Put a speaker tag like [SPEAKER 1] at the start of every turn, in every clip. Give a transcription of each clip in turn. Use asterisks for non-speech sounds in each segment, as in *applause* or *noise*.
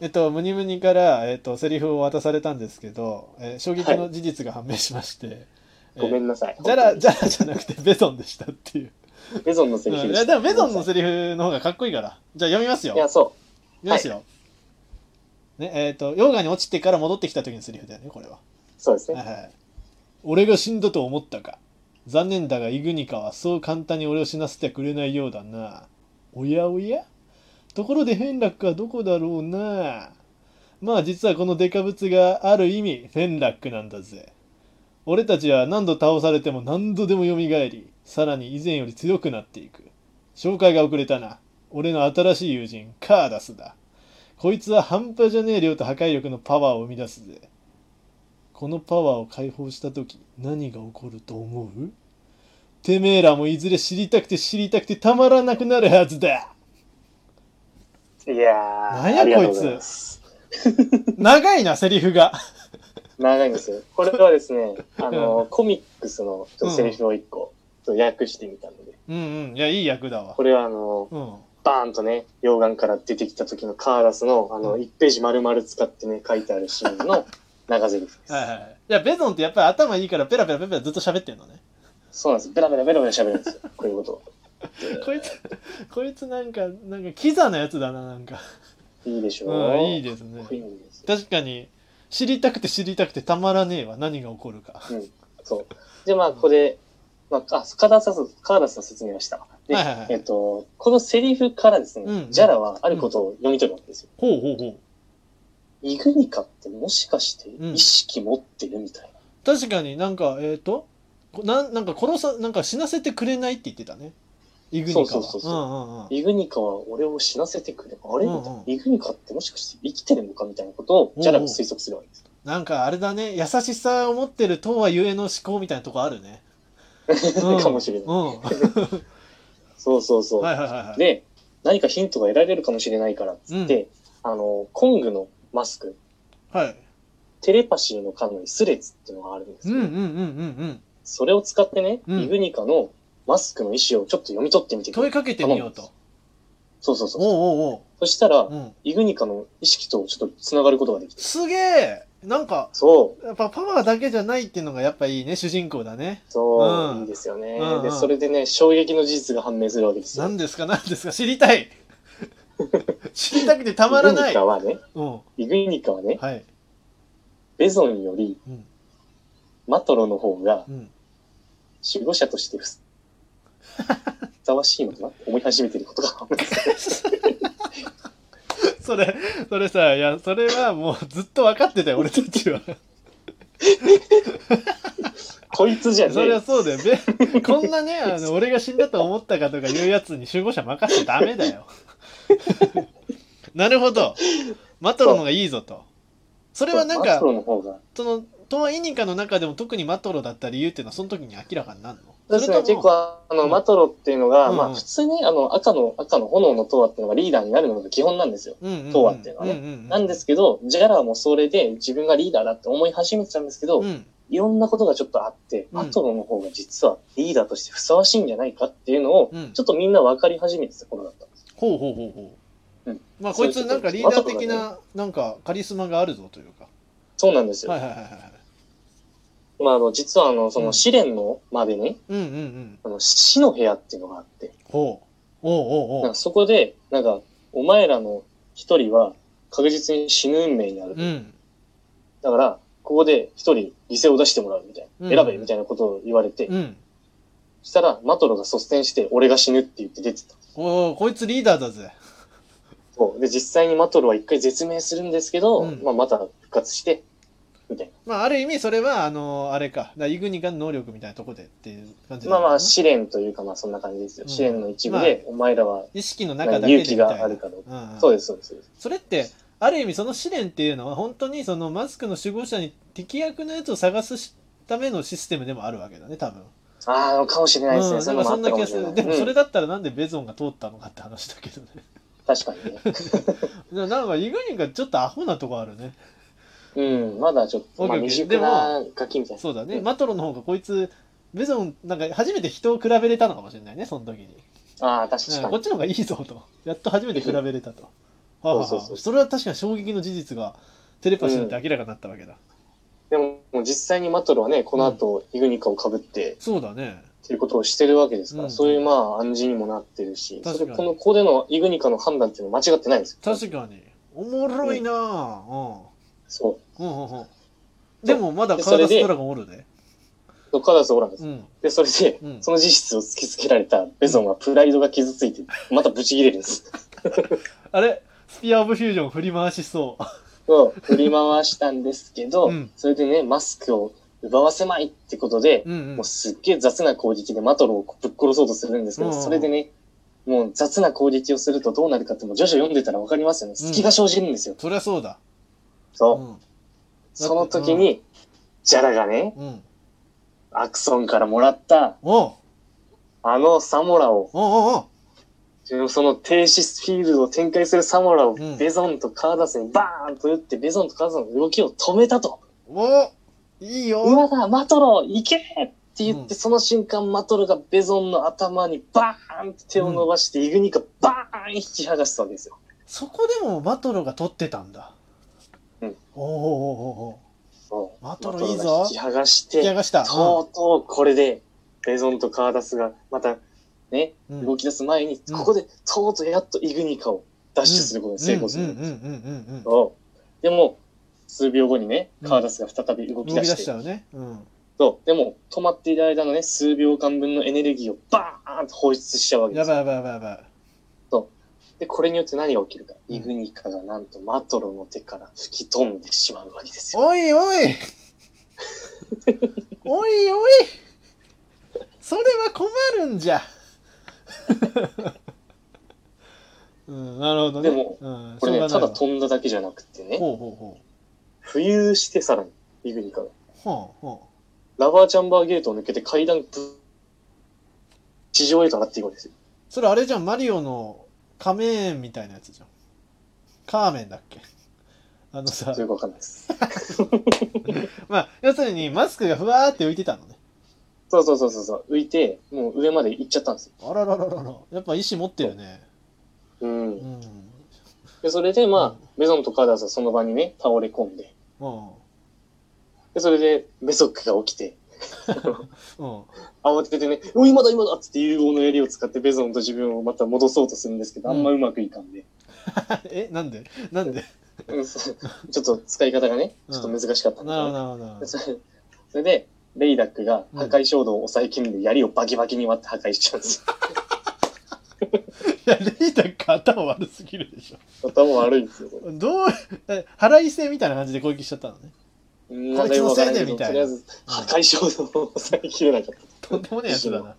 [SPEAKER 1] えっと、ムニムニから、えっと、セリフを渡されたんですけど、えー衝撃の事実が判明しまして、えー
[SPEAKER 2] ごめんなさい。
[SPEAKER 1] ジャラ、ジャラじゃなくてベゾンでしたっていう。
[SPEAKER 2] 本当にメゾンのセリ
[SPEAKER 1] うん
[SPEAKER 2] フ
[SPEAKER 1] い
[SPEAKER 2] で
[SPEAKER 1] や、
[SPEAKER 2] し
[SPEAKER 1] で
[SPEAKER 2] た
[SPEAKER 1] もベゾンのセリフの方がかっこいいから。じゃあ読みますよ。
[SPEAKER 2] いや、
[SPEAKER 1] 読
[SPEAKER 2] そ
[SPEAKER 1] みますよ。ね、えっ、と、溶岩に落ちてから戻ってきた時のセリフだよね、これは。
[SPEAKER 2] う。そうです
[SPEAKER 1] は
[SPEAKER 2] ね。
[SPEAKER 1] いはい。俺が死んだと思ったか。残念だが、イグニカはそう簡単に俺を死なせてくれないようだな。おやおやところでフェンラックはどこだろうな。まあ実はこのデカブツがある意味フェンラックなんだぜ。俺たちは何度倒されても何度でも蘇り、さらに以前より強くなっていく。紹介が遅れたな。俺の新しい友人、カーダスだ。こいつは半端じゃねえ量と破壊力のパワーを生み出すぜ。このパワーを解放した時何が起こると思うてめえらもいずれ知りたくて知りたくてたまらなくなるはずだ
[SPEAKER 2] いやー、
[SPEAKER 1] なんや
[SPEAKER 2] ありがとうございます。
[SPEAKER 1] 長いなセリフが
[SPEAKER 2] 長いんですよ。これはで
[SPEAKER 1] *laughs*
[SPEAKER 2] すね、あの、コミックスのちょっとセリフを一個、ちょっと訳してみたので、
[SPEAKER 1] うんうんいやいい役だわ
[SPEAKER 2] これはあの、
[SPEAKER 1] うん
[SPEAKER 2] バーンとね、溶岩から出てきた時のカーラスの、あの、
[SPEAKER 1] うん
[SPEAKER 2] 1ページ丸々使ってね、書いてあるシーンの長ゼリフです。
[SPEAKER 1] はいはいいやベゾンってやっぱり頭いいからペラペラペラペラずっと喋ってんのね
[SPEAKER 2] そうなんです。ベラベラベラベラ喋るんですよ。こういうこと
[SPEAKER 1] こいつこいつなんかなんかキザなやつだななんか
[SPEAKER 2] を。いいでしょ
[SPEAKER 1] うんいいです
[SPEAKER 2] か
[SPEAKER 1] ね
[SPEAKER 2] っこいいんですよ。
[SPEAKER 1] 確かに知りたくて知りたくてたまらねえわ何が起こるか
[SPEAKER 2] うん。そう。で、まあ、ここで、まあ、あカーラスの、カーラスの説明をした。で、
[SPEAKER 1] はいはいはい
[SPEAKER 2] えっと、このセリフからですね、
[SPEAKER 1] うん
[SPEAKER 2] ジャラはあることを読み取るわけですよ。
[SPEAKER 1] ほうほうほう
[SPEAKER 2] イグニカってもしかして
[SPEAKER 1] うん
[SPEAKER 2] 意識持ってるみたいな。
[SPEAKER 1] 確かになんかえっ、とこなんなんか殺さなんか死なせてくれないって言ってたねイグニカは
[SPEAKER 2] そうそうそうそう
[SPEAKER 1] うんうんうん
[SPEAKER 2] イグニカは俺を死なせてくれ。あれみたいな、
[SPEAKER 1] うんうん
[SPEAKER 2] イグニカってもしかして生きてるのかみたいなことをジャラが推測するわけです。
[SPEAKER 1] なんかあれだね優しさを持ってるとはゆえの思考みたいなとこあるね、うん
[SPEAKER 2] *laughs* かもしれない。
[SPEAKER 1] うんはい
[SPEAKER 2] そうそうそう。
[SPEAKER 1] はいはいはい
[SPEAKER 2] で、何かヒントが得られるかもしれないからっつって、あの、コングのマスク、
[SPEAKER 1] はい
[SPEAKER 2] テレパシーのカノにスレツっていうのがあるんです
[SPEAKER 1] う
[SPEAKER 2] け
[SPEAKER 1] ん
[SPEAKER 2] ど、
[SPEAKER 1] うんうんうん
[SPEAKER 2] それを使ってね、
[SPEAKER 1] うん
[SPEAKER 2] イグニカのマスクの意思をちょっと読み取ってみ
[SPEAKER 1] う
[SPEAKER 2] て
[SPEAKER 1] ん
[SPEAKER 2] く
[SPEAKER 1] 問
[SPEAKER 2] れ。
[SPEAKER 1] いかけてみようと
[SPEAKER 2] そうそうそう。
[SPEAKER 1] おうおう
[SPEAKER 2] そしたら
[SPEAKER 1] おう、、うん、
[SPEAKER 2] イグニカの意識とちょっと繋がることができた。
[SPEAKER 1] すげえなんか
[SPEAKER 2] そう、
[SPEAKER 1] やっぱパワーだけじゃないっていうのがやっぱいいね主人公だね
[SPEAKER 2] そ
[SPEAKER 1] う
[SPEAKER 2] う、
[SPEAKER 1] ん
[SPEAKER 2] いいですよね、
[SPEAKER 1] うんうん
[SPEAKER 2] で、それでね、衝撃の事実が判明するわけですよ。
[SPEAKER 1] 何ですか何ですか知りた
[SPEAKER 2] *laughs*
[SPEAKER 1] い知りたくてたまら
[SPEAKER 2] イグ
[SPEAKER 1] な
[SPEAKER 2] *laughs* ニ
[SPEAKER 1] い、
[SPEAKER 2] カはね、
[SPEAKER 1] うん、
[SPEAKER 2] イグニカはね、
[SPEAKER 1] はい
[SPEAKER 2] ベゾンより
[SPEAKER 1] うん
[SPEAKER 2] マトロの方が
[SPEAKER 1] うん
[SPEAKER 2] 守護者としてふさふさわしいのかなって思い始めてることが *laughs* 判明する。
[SPEAKER 1] *laughs* それ、それさ、いや、それはもうずっと分かってたよ、俺たち
[SPEAKER 2] *laughs*
[SPEAKER 1] は。
[SPEAKER 2] こいつじゃね
[SPEAKER 1] そりゃ
[SPEAKER 2] え。
[SPEAKER 1] そうだよ。べこんなね、あの、俺が死んだと思ったかとかいうやつに守護者任せちゃダメだよ。 *laughs* なるほど。マトロの方がいいぞと。それはなん
[SPEAKER 2] マ
[SPEAKER 1] か
[SPEAKER 2] ト、ロの方が。
[SPEAKER 1] その、トワイニカの中でも特にマトロだった理由っていうのはその時に明らかになるの
[SPEAKER 2] そうですね、
[SPEAKER 1] それと
[SPEAKER 2] 結構
[SPEAKER 1] も
[SPEAKER 2] あの、
[SPEAKER 1] うん
[SPEAKER 2] マトロっていうのが、
[SPEAKER 1] うんうん
[SPEAKER 2] まあ普通にあの赤の、赤の炎の塔っていうのがリーダーになるのが基本なんですよ。
[SPEAKER 1] うんうんうん
[SPEAKER 2] トワっていうのはね
[SPEAKER 1] うんうん
[SPEAKER 2] なんですけど、ジャラもそれで自分がリーダーだって思い始めてたんですけど、
[SPEAKER 1] うん
[SPEAKER 2] いろんなことがちょっとあって、
[SPEAKER 1] うん
[SPEAKER 2] マトロの方が実はリーダーとしてふさわしいんじゃないかっていうのを、
[SPEAKER 1] うん
[SPEAKER 2] ちょっとみんな分かり始めてた頃だったんです。
[SPEAKER 1] ほうほうほうほう。
[SPEAKER 2] うん
[SPEAKER 1] まあ、こいつなんかリーダー的な、なんかカリスマがあるぞというか。
[SPEAKER 2] そうなんですよ。
[SPEAKER 1] はいはいはいはい。
[SPEAKER 2] まああの、実はあの、そうの
[SPEAKER 1] ん
[SPEAKER 2] 試練のまでね、
[SPEAKER 1] うんうんうん。
[SPEAKER 2] あの、死の部屋っていうのがあって、
[SPEAKER 1] ほう。おうおう
[SPEAKER 2] な
[SPEAKER 1] お
[SPEAKER 2] ん
[SPEAKER 1] う
[SPEAKER 2] か。そこで、なんか、お前らの一人は確実に死ぬ運命になる。
[SPEAKER 1] うん。
[SPEAKER 2] だから、ここで一人犠牲を出してもらうみたい
[SPEAKER 1] うん
[SPEAKER 2] な。選べみたいなことを言われて、
[SPEAKER 1] うん。
[SPEAKER 2] そしたら、マトロが率先して、俺が死ぬって言って出てた。
[SPEAKER 1] おお、こいつリーダーだぜ。
[SPEAKER 2] そう。で、実際にマトロは一回絶命するんですけど、
[SPEAKER 1] うん
[SPEAKER 2] まあ、また復活して、みたい
[SPEAKER 1] まあ、ある意味、それは、あの、あれか。だからイグニカの能力みたいなとこでっていう感じ
[SPEAKER 2] な。まあまあ、
[SPEAKER 1] 意
[SPEAKER 2] 試練というか、まあそんな感じですよ。
[SPEAKER 1] うん
[SPEAKER 2] 試練の一部で、お前らは、
[SPEAKER 1] 識の中だけでみたい
[SPEAKER 2] まあ
[SPEAKER 1] な。
[SPEAKER 2] 勇気があるかどう
[SPEAKER 1] うんうん
[SPEAKER 2] そうです、そうです。そうです
[SPEAKER 1] それって、ある意味、その試練っていうのは、本当にそのマスクの守護者に適役のやつを探すしためのシステムでもあるわけだね、多分。
[SPEAKER 2] ああ、かもしれないですね。
[SPEAKER 1] うん、
[SPEAKER 2] そ
[SPEAKER 1] な
[SPEAKER 2] うんいう
[SPEAKER 1] か
[SPEAKER 2] のも
[SPEAKER 1] そんな気
[SPEAKER 2] あったかも
[SPEAKER 1] がする。で
[SPEAKER 2] しれない。
[SPEAKER 1] も、
[SPEAKER 2] うん
[SPEAKER 1] それだったらなんでベゾンが通ったのかって話だけ
[SPEAKER 2] *laughs*
[SPEAKER 1] どね。
[SPEAKER 2] 確かにね。
[SPEAKER 1] でもなんか、イグニカちょっとアホなとこあるね。
[SPEAKER 2] うん、まだちょっと、まあ、
[SPEAKER 1] オッケーオッケー
[SPEAKER 2] 未熟なガキみたいな。
[SPEAKER 1] そうだね、
[SPEAKER 2] うん
[SPEAKER 1] マトロの方がこいつベゾンなんか初めて人を比べれたのかもしれないねその時に、
[SPEAKER 2] ああ、確
[SPEAKER 1] うん
[SPEAKER 2] か
[SPEAKER 1] こっ
[SPEAKER 2] に。 *laughs*
[SPEAKER 1] ちの方がいいぞとやっと初めて比べれたとはははは
[SPEAKER 2] そうそうそう
[SPEAKER 1] それは確かに衝撃の事実がテレパシーで明らかになったわけだ、
[SPEAKER 2] でも、もう実際にマトルはね、この後、イグニカを被って、
[SPEAKER 1] そうだね
[SPEAKER 2] っていうことをしてるわけですから、
[SPEAKER 1] うん
[SPEAKER 2] そういうまあ暗示にもなってるし、
[SPEAKER 1] 確
[SPEAKER 2] そ
[SPEAKER 1] かに
[SPEAKER 2] れこのここでのイグニカの判断っていうのは間違ってないんですよ。
[SPEAKER 1] 確かにおもろいなあ
[SPEAKER 2] そ
[SPEAKER 1] うんうんうんうんでもまだカーダストラゴンおるで
[SPEAKER 2] う。カダスオランです。
[SPEAKER 1] うん
[SPEAKER 2] で、それで、
[SPEAKER 1] うん
[SPEAKER 2] その事実を突きつけられたベゾンはプライドが傷ついて、またブチ切れるんです。
[SPEAKER 1] あれスピア・オブ・フュージョン振り回しそう
[SPEAKER 2] を振り回したんですけど、
[SPEAKER 1] うん
[SPEAKER 2] それでね、マスクを奪わせまいってことで、
[SPEAKER 1] うんう
[SPEAKER 2] も
[SPEAKER 1] ん
[SPEAKER 2] うすっげえ雑な攻撃でマトロをぶっ殺そうとするんですけど、
[SPEAKER 1] うん
[SPEAKER 2] それでね、もう雑な攻撃をするとどうなるかってもう徐々読んでたらわかりますよね。隙が生じるんですよ。
[SPEAKER 1] そりゃそうだ
[SPEAKER 2] そうう。
[SPEAKER 1] ん
[SPEAKER 2] その時に、ジャラがね、
[SPEAKER 1] うん
[SPEAKER 2] アクソンからもらった、
[SPEAKER 1] おう
[SPEAKER 2] あのサモラを、
[SPEAKER 1] おうおう
[SPEAKER 2] その停止フィールドを展開するサモラを
[SPEAKER 1] うん
[SPEAKER 2] ベゾンとカーダスにバーンと打って、ベゾンとカーダスの動きを止めたと。
[SPEAKER 1] おういいよ
[SPEAKER 2] 今だ、マトロ、行けって言って、
[SPEAKER 1] うん
[SPEAKER 2] その瞬間、マトロがベゾンの頭にバーンって手を伸ばして、イグニカバーン引き剥がしたわけですよ。
[SPEAKER 1] そこでもマトロが取ってたんだ
[SPEAKER 2] うん
[SPEAKER 1] おおおうおうおう
[SPEAKER 2] そう
[SPEAKER 1] マトロいいぞ
[SPEAKER 2] マトロが引き剥がし
[SPEAKER 1] 引き上
[SPEAKER 2] て、
[SPEAKER 1] がした
[SPEAKER 2] とうとうこれで、ベゾンとカーダスが、また、ね、
[SPEAKER 1] うん
[SPEAKER 2] 動き出す前に、
[SPEAKER 1] うん
[SPEAKER 2] ここで、とうとうやっとイグニカを脱出することに成功する
[SPEAKER 1] うん
[SPEAKER 2] ん
[SPEAKER 1] うん
[SPEAKER 2] です。
[SPEAKER 1] うんうんうんうん
[SPEAKER 2] そうでも、数秒後にね、
[SPEAKER 1] うん
[SPEAKER 2] カーダスが再び動き
[SPEAKER 1] 動
[SPEAKER 2] 出
[SPEAKER 1] き
[SPEAKER 2] し
[SPEAKER 1] 出
[SPEAKER 2] て、
[SPEAKER 1] しちゃうねうん
[SPEAKER 2] そう、でも、止まっている間のね、数秒間分のエネルギーをバーンと放出しちゃうわけで
[SPEAKER 1] や
[SPEAKER 2] すよ。
[SPEAKER 1] ばいやばいやばいやばい
[SPEAKER 2] で、これによって何が起きるか。
[SPEAKER 1] うん
[SPEAKER 2] イグニカがなんとマトロの手から吹き飛んでしまうわけですよ。
[SPEAKER 1] おい
[SPEAKER 2] *laughs*
[SPEAKER 1] おいおいおいそれは困るんじゃ *laughs* うんなるほどね
[SPEAKER 2] でも
[SPEAKER 1] うん、
[SPEAKER 2] これね、
[SPEAKER 1] しょ
[SPEAKER 2] た
[SPEAKER 1] うが
[SPEAKER 2] だ
[SPEAKER 1] ないわ
[SPEAKER 2] 飛んだだけじゃなくてね、
[SPEAKER 1] ほうほうほ
[SPEAKER 2] 浮遊してさらに、イグニカが。
[SPEAKER 1] うはあは
[SPEAKER 2] ラバーチャンバーゲートを抜けて階段、ぶ地上へと上がっていくわけですよ。
[SPEAKER 1] あそれあれじゃんマリオの仮面みたいなやつじゃんカーメンだっけあのさ
[SPEAKER 2] それがわかんないです。
[SPEAKER 1] まあ要するにマスクがふわーって浮いてたのね
[SPEAKER 2] そうそうそうそうそう、浮いて、もう上まで行っちゃったんですよ。
[SPEAKER 1] あらららららやっぱ意志持ってるね
[SPEAKER 2] うん
[SPEAKER 1] う。ん
[SPEAKER 2] で、それでまあ、
[SPEAKER 1] うん
[SPEAKER 2] ベゾンとカーダスはその場にね、倒れ込んで、
[SPEAKER 1] うん
[SPEAKER 2] で、それで、ベソックが起きて、
[SPEAKER 1] うん *laughs*
[SPEAKER 2] 慌ててね、お今だ今だっつって融合の槍を使ってベゾンと自分をまた戻そうとするんですけど、あんまうまくいかんで、
[SPEAKER 1] えなんでなんで
[SPEAKER 2] うんそうちょっと使い方がね、ちょっと難しかったんで
[SPEAKER 1] な
[SPEAKER 2] す
[SPEAKER 1] るほ
[SPEAKER 2] よ
[SPEAKER 1] ど
[SPEAKER 2] ね、
[SPEAKER 1] なるほどなるほど
[SPEAKER 2] それそれで、レイダックが破壊衝動を抑えきるんで、槍をバキバキに割って破壊しちゃうんです
[SPEAKER 1] いや、レイダック頭悪すぎるでしょ。
[SPEAKER 2] よ。頭悪いんですよ、これ。
[SPEAKER 1] どう、え腹いせみたいな感じで攻撃しちゃったのね。
[SPEAKER 2] うん
[SPEAKER 1] こいつのせいで
[SPEAKER 2] なんかよ
[SPEAKER 1] み
[SPEAKER 2] くわか
[SPEAKER 1] たい
[SPEAKER 2] らんけどとり
[SPEAKER 1] な
[SPEAKER 2] あえず、破壊衝動を抑えきれなかった。
[SPEAKER 1] とんでもねえやつだな。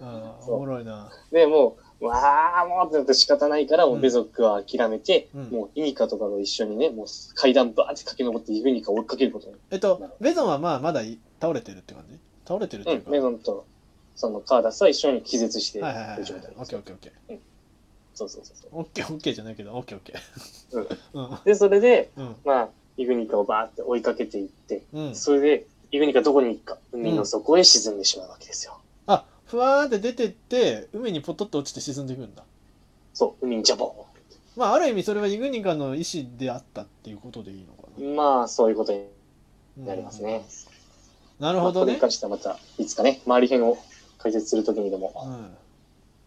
[SPEAKER 1] うん、
[SPEAKER 2] そう
[SPEAKER 1] おもろいな。
[SPEAKER 2] で、もう、わあ、もうってなって仕方ないから、もうベゾックは諦めて、
[SPEAKER 1] うん
[SPEAKER 2] もうイニカとかと一緒にね、もう階段バーって駆け上ってイグニカを追いかけることに
[SPEAKER 1] えっと、ベゾンはまあ、まだい倒れてるって感じ倒れてるっていう
[SPEAKER 2] うん、
[SPEAKER 1] か。
[SPEAKER 2] メゾンとそのカーダスは一緒に気絶してる
[SPEAKER 1] はいはいはいはい。オ
[SPEAKER 2] 状態
[SPEAKER 1] ッケーオッケーオッケー。
[SPEAKER 2] そうそうそうそ
[SPEAKER 1] オッケーオッケーじゃないけど、オッケーオッケー。うん。
[SPEAKER 2] うでそれで
[SPEAKER 1] うん。
[SPEAKER 2] まあイグニカをバーって追いかけていって、
[SPEAKER 1] うん。
[SPEAKER 2] それでイグニカどこに行くか海の底へ沈んでしまうわけですよ、
[SPEAKER 1] あ、ふわーって出てって、海にポトッと落ちて沈んでいくんだ。
[SPEAKER 2] そう海にジャボ
[SPEAKER 1] まあ、ある意味それはイグニカの意思であったっていうことでいいのか
[SPEAKER 2] ーンまあそういうことに
[SPEAKER 1] な。
[SPEAKER 2] なりますね、
[SPEAKER 1] うん。なる
[SPEAKER 2] まあ
[SPEAKER 1] ほど
[SPEAKER 2] これに
[SPEAKER 1] ね。
[SPEAKER 2] 関してはまたいつかね周り編を解説するときにでも、
[SPEAKER 1] うん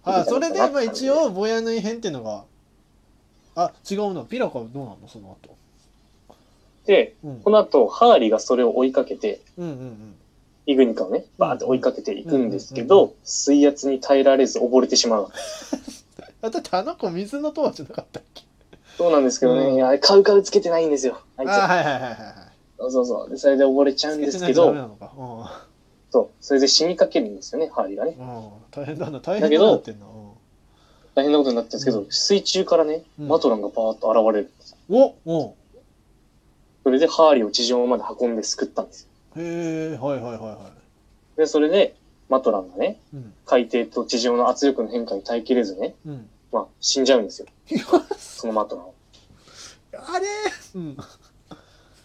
[SPEAKER 1] あそれでまあ一応ボヤヌイ編っていうのがあ違うなピラカはどうなのその後、
[SPEAKER 2] で
[SPEAKER 1] うん、
[SPEAKER 2] この後ハーリがそれを追いかけて
[SPEAKER 1] うんうんうん
[SPEAKER 2] イグニカをねバーって追いかけていくんですけ
[SPEAKER 1] うんうん
[SPEAKER 2] ど水圧に耐えられず溺れてしまうわけですよ
[SPEAKER 1] あだってあの子水の塔じゃなかったっけ
[SPEAKER 2] そうなんですけどね、
[SPEAKER 1] うん
[SPEAKER 2] いやカウカウつけてないんですよ、あ
[SPEAKER 1] あ
[SPEAKER 2] いつ。
[SPEAKER 1] はいはいはいはいはい
[SPEAKER 2] そうそうそう。で、それで溺れちゃうんですけ
[SPEAKER 1] つけてないとダメ
[SPEAKER 2] ど、
[SPEAKER 1] なのか
[SPEAKER 2] そう、それで死にかけるんですよね、ハーリーがね。
[SPEAKER 1] うんうん大変だな大
[SPEAKER 2] だ
[SPEAKER 1] 変
[SPEAKER 2] け
[SPEAKER 1] だ
[SPEAKER 2] ど
[SPEAKER 1] なってんなう
[SPEAKER 2] 大変なことになってるんですけど、
[SPEAKER 1] う
[SPEAKER 2] 水中からね、
[SPEAKER 1] うん
[SPEAKER 2] マトランがバーッと現れるんですよ。
[SPEAKER 1] んおお
[SPEAKER 2] それでハーリーを地上まで運んで救ったんですよ。
[SPEAKER 1] へえはいはいはいは
[SPEAKER 2] で、それで、マトランがね、
[SPEAKER 1] いうん
[SPEAKER 2] 海底と地上の圧力の変化に耐えきれずね、
[SPEAKER 1] うん
[SPEAKER 2] まあ、死んじゃうんで
[SPEAKER 1] *laughs*
[SPEAKER 2] すよ、
[SPEAKER 1] いや
[SPEAKER 2] そのマトランは。
[SPEAKER 1] あれうん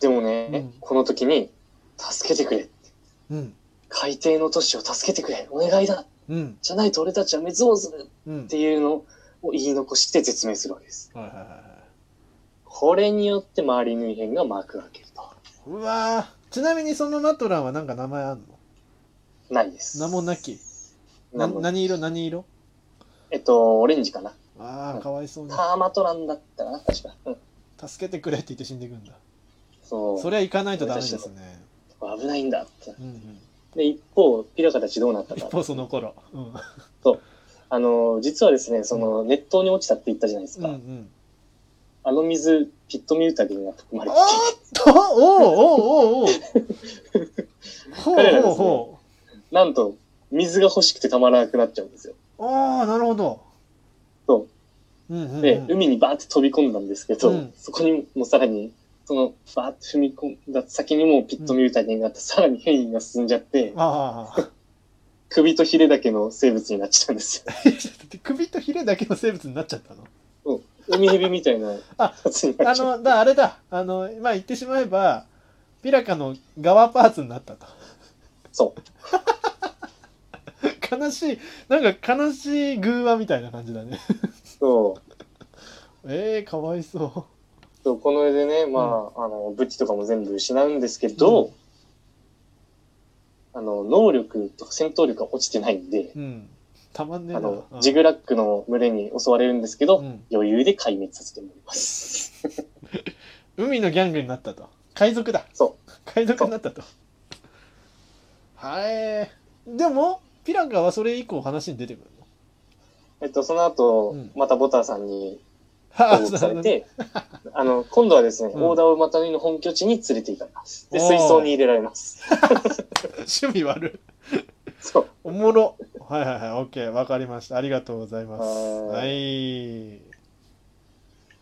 [SPEAKER 2] でもね、
[SPEAKER 1] うん
[SPEAKER 2] この時に、助けてくれ。
[SPEAKER 1] うん
[SPEAKER 2] 海底の都市を助けてくれ。お願いだ。
[SPEAKER 1] うん
[SPEAKER 2] じゃないと俺たちは滅亡する。
[SPEAKER 1] うん
[SPEAKER 2] っていうのを言い残して絶命するわけです。
[SPEAKER 1] はいはいはいはい
[SPEAKER 2] これによって周り縫い編が幕開けると。
[SPEAKER 1] うわーちなみにそのマトランはなんか名前あんの
[SPEAKER 2] ないです。
[SPEAKER 1] 名もなきな
[SPEAKER 2] なんも
[SPEAKER 1] 何色何色
[SPEAKER 2] えっと、オレンジかな。
[SPEAKER 1] ああかわいそうに
[SPEAKER 2] ターマトランだったかな、確か。うん。
[SPEAKER 1] 助けてくれって言って死んでいくんだ
[SPEAKER 2] そう。
[SPEAKER 1] そりゃ行かないとダメですね
[SPEAKER 2] 危ないんだって。
[SPEAKER 1] うんうん
[SPEAKER 2] で、一方、ピラカたちどうなった
[SPEAKER 1] 一
[SPEAKER 2] か。
[SPEAKER 1] 方その頃うん
[SPEAKER 2] あの、実はですね、その、熱湯に落ちたって言ったじゃないです
[SPEAKER 1] うんう
[SPEAKER 2] か。
[SPEAKER 1] ん
[SPEAKER 2] あの水、ピットミュータゲンが含ま
[SPEAKER 1] お
[SPEAKER 2] れ
[SPEAKER 1] ー
[SPEAKER 2] て
[SPEAKER 1] ってとおーおーおーおーほう
[SPEAKER 2] 彼
[SPEAKER 1] ほう
[SPEAKER 2] らですね
[SPEAKER 1] ほう
[SPEAKER 2] て、なんと、水が欲しくてたまらなくなっちゃうんですよ。
[SPEAKER 1] ああなるほど
[SPEAKER 2] そう
[SPEAKER 1] うんうんうん
[SPEAKER 2] で、海にバーって飛び込んだんですけど、
[SPEAKER 1] うん
[SPEAKER 2] そこにもさらに、その、バーって踏み込んだ先にもうピットミュータゲンがあって、さらに変異が進んじゃって、
[SPEAKER 1] ああ
[SPEAKER 2] 首とヒレだけの生物になっちゃったんですよ。
[SPEAKER 1] *laughs* 首とヒレだけの生物になっちゃったの
[SPEAKER 2] 海蛇みたいな
[SPEAKER 1] あ
[SPEAKER 2] やつにな
[SPEAKER 1] あ
[SPEAKER 2] っちゃっ
[SPEAKER 1] のだあれだあのまあ言ってしまえばピラカの側パーツになったと
[SPEAKER 2] た。そ
[SPEAKER 1] *laughs*
[SPEAKER 2] う。
[SPEAKER 1] 悲しいなんか悲しい偶話みたいな感じだね
[SPEAKER 2] そう。
[SPEAKER 1] えー、かわいそ
[SPEAKER 2] そうこの上でね、まあ、あの、武器とかも全部失うんですけど、
[SPEAKER 1] うん
[SPEAKER 2] あの、能力とか戦闘力が落ちてないんで、
[SPEAKER 1] ううんたまんねえ
[SPEAKER 2] あ
[SPEAKER 1] な
[SPEAKER 2] の
[SPEAKER 1] う、ん
[SPEAKER 2] ジグラックの群れに襲われるんですけど、
[SPEAKER 1] うん
[SPEAKER 2] 余裕で壊滅させてもらいます。 *laughs*
[SPEAKER 1] 海のギャングになったと海賊だ
[SPEAKER 2] そう
[SPEAKER 1] 海賊になったとはいでもピラカはそれ以降話に出てくるの
[SPEAKER 2] えっと、その後、
[SPEAKER 1] うん
[SPEAKER 2] またボターさんに
[SPEAKER 1] は *laughs*
[SPEAKER 2] 投獄されて、あの、今度はですね、
[SPEAKER 1] うん
[SPEAKER 2] オーダーをまたの本拠地に連れて行かれます。で、
[SPEAKER 1] おー
[SPEAKER 2] 水槽に入れられます。 *laughs*
[SPEAKER 1] 趣味悪い
[SPEAKER 2] そう。
[SPEAKER 1] おもろ。はいはいはい。オッケー。わかりました。ありがとうございます。
[SPEAKER 2] は
[SPEAKER 1] はい。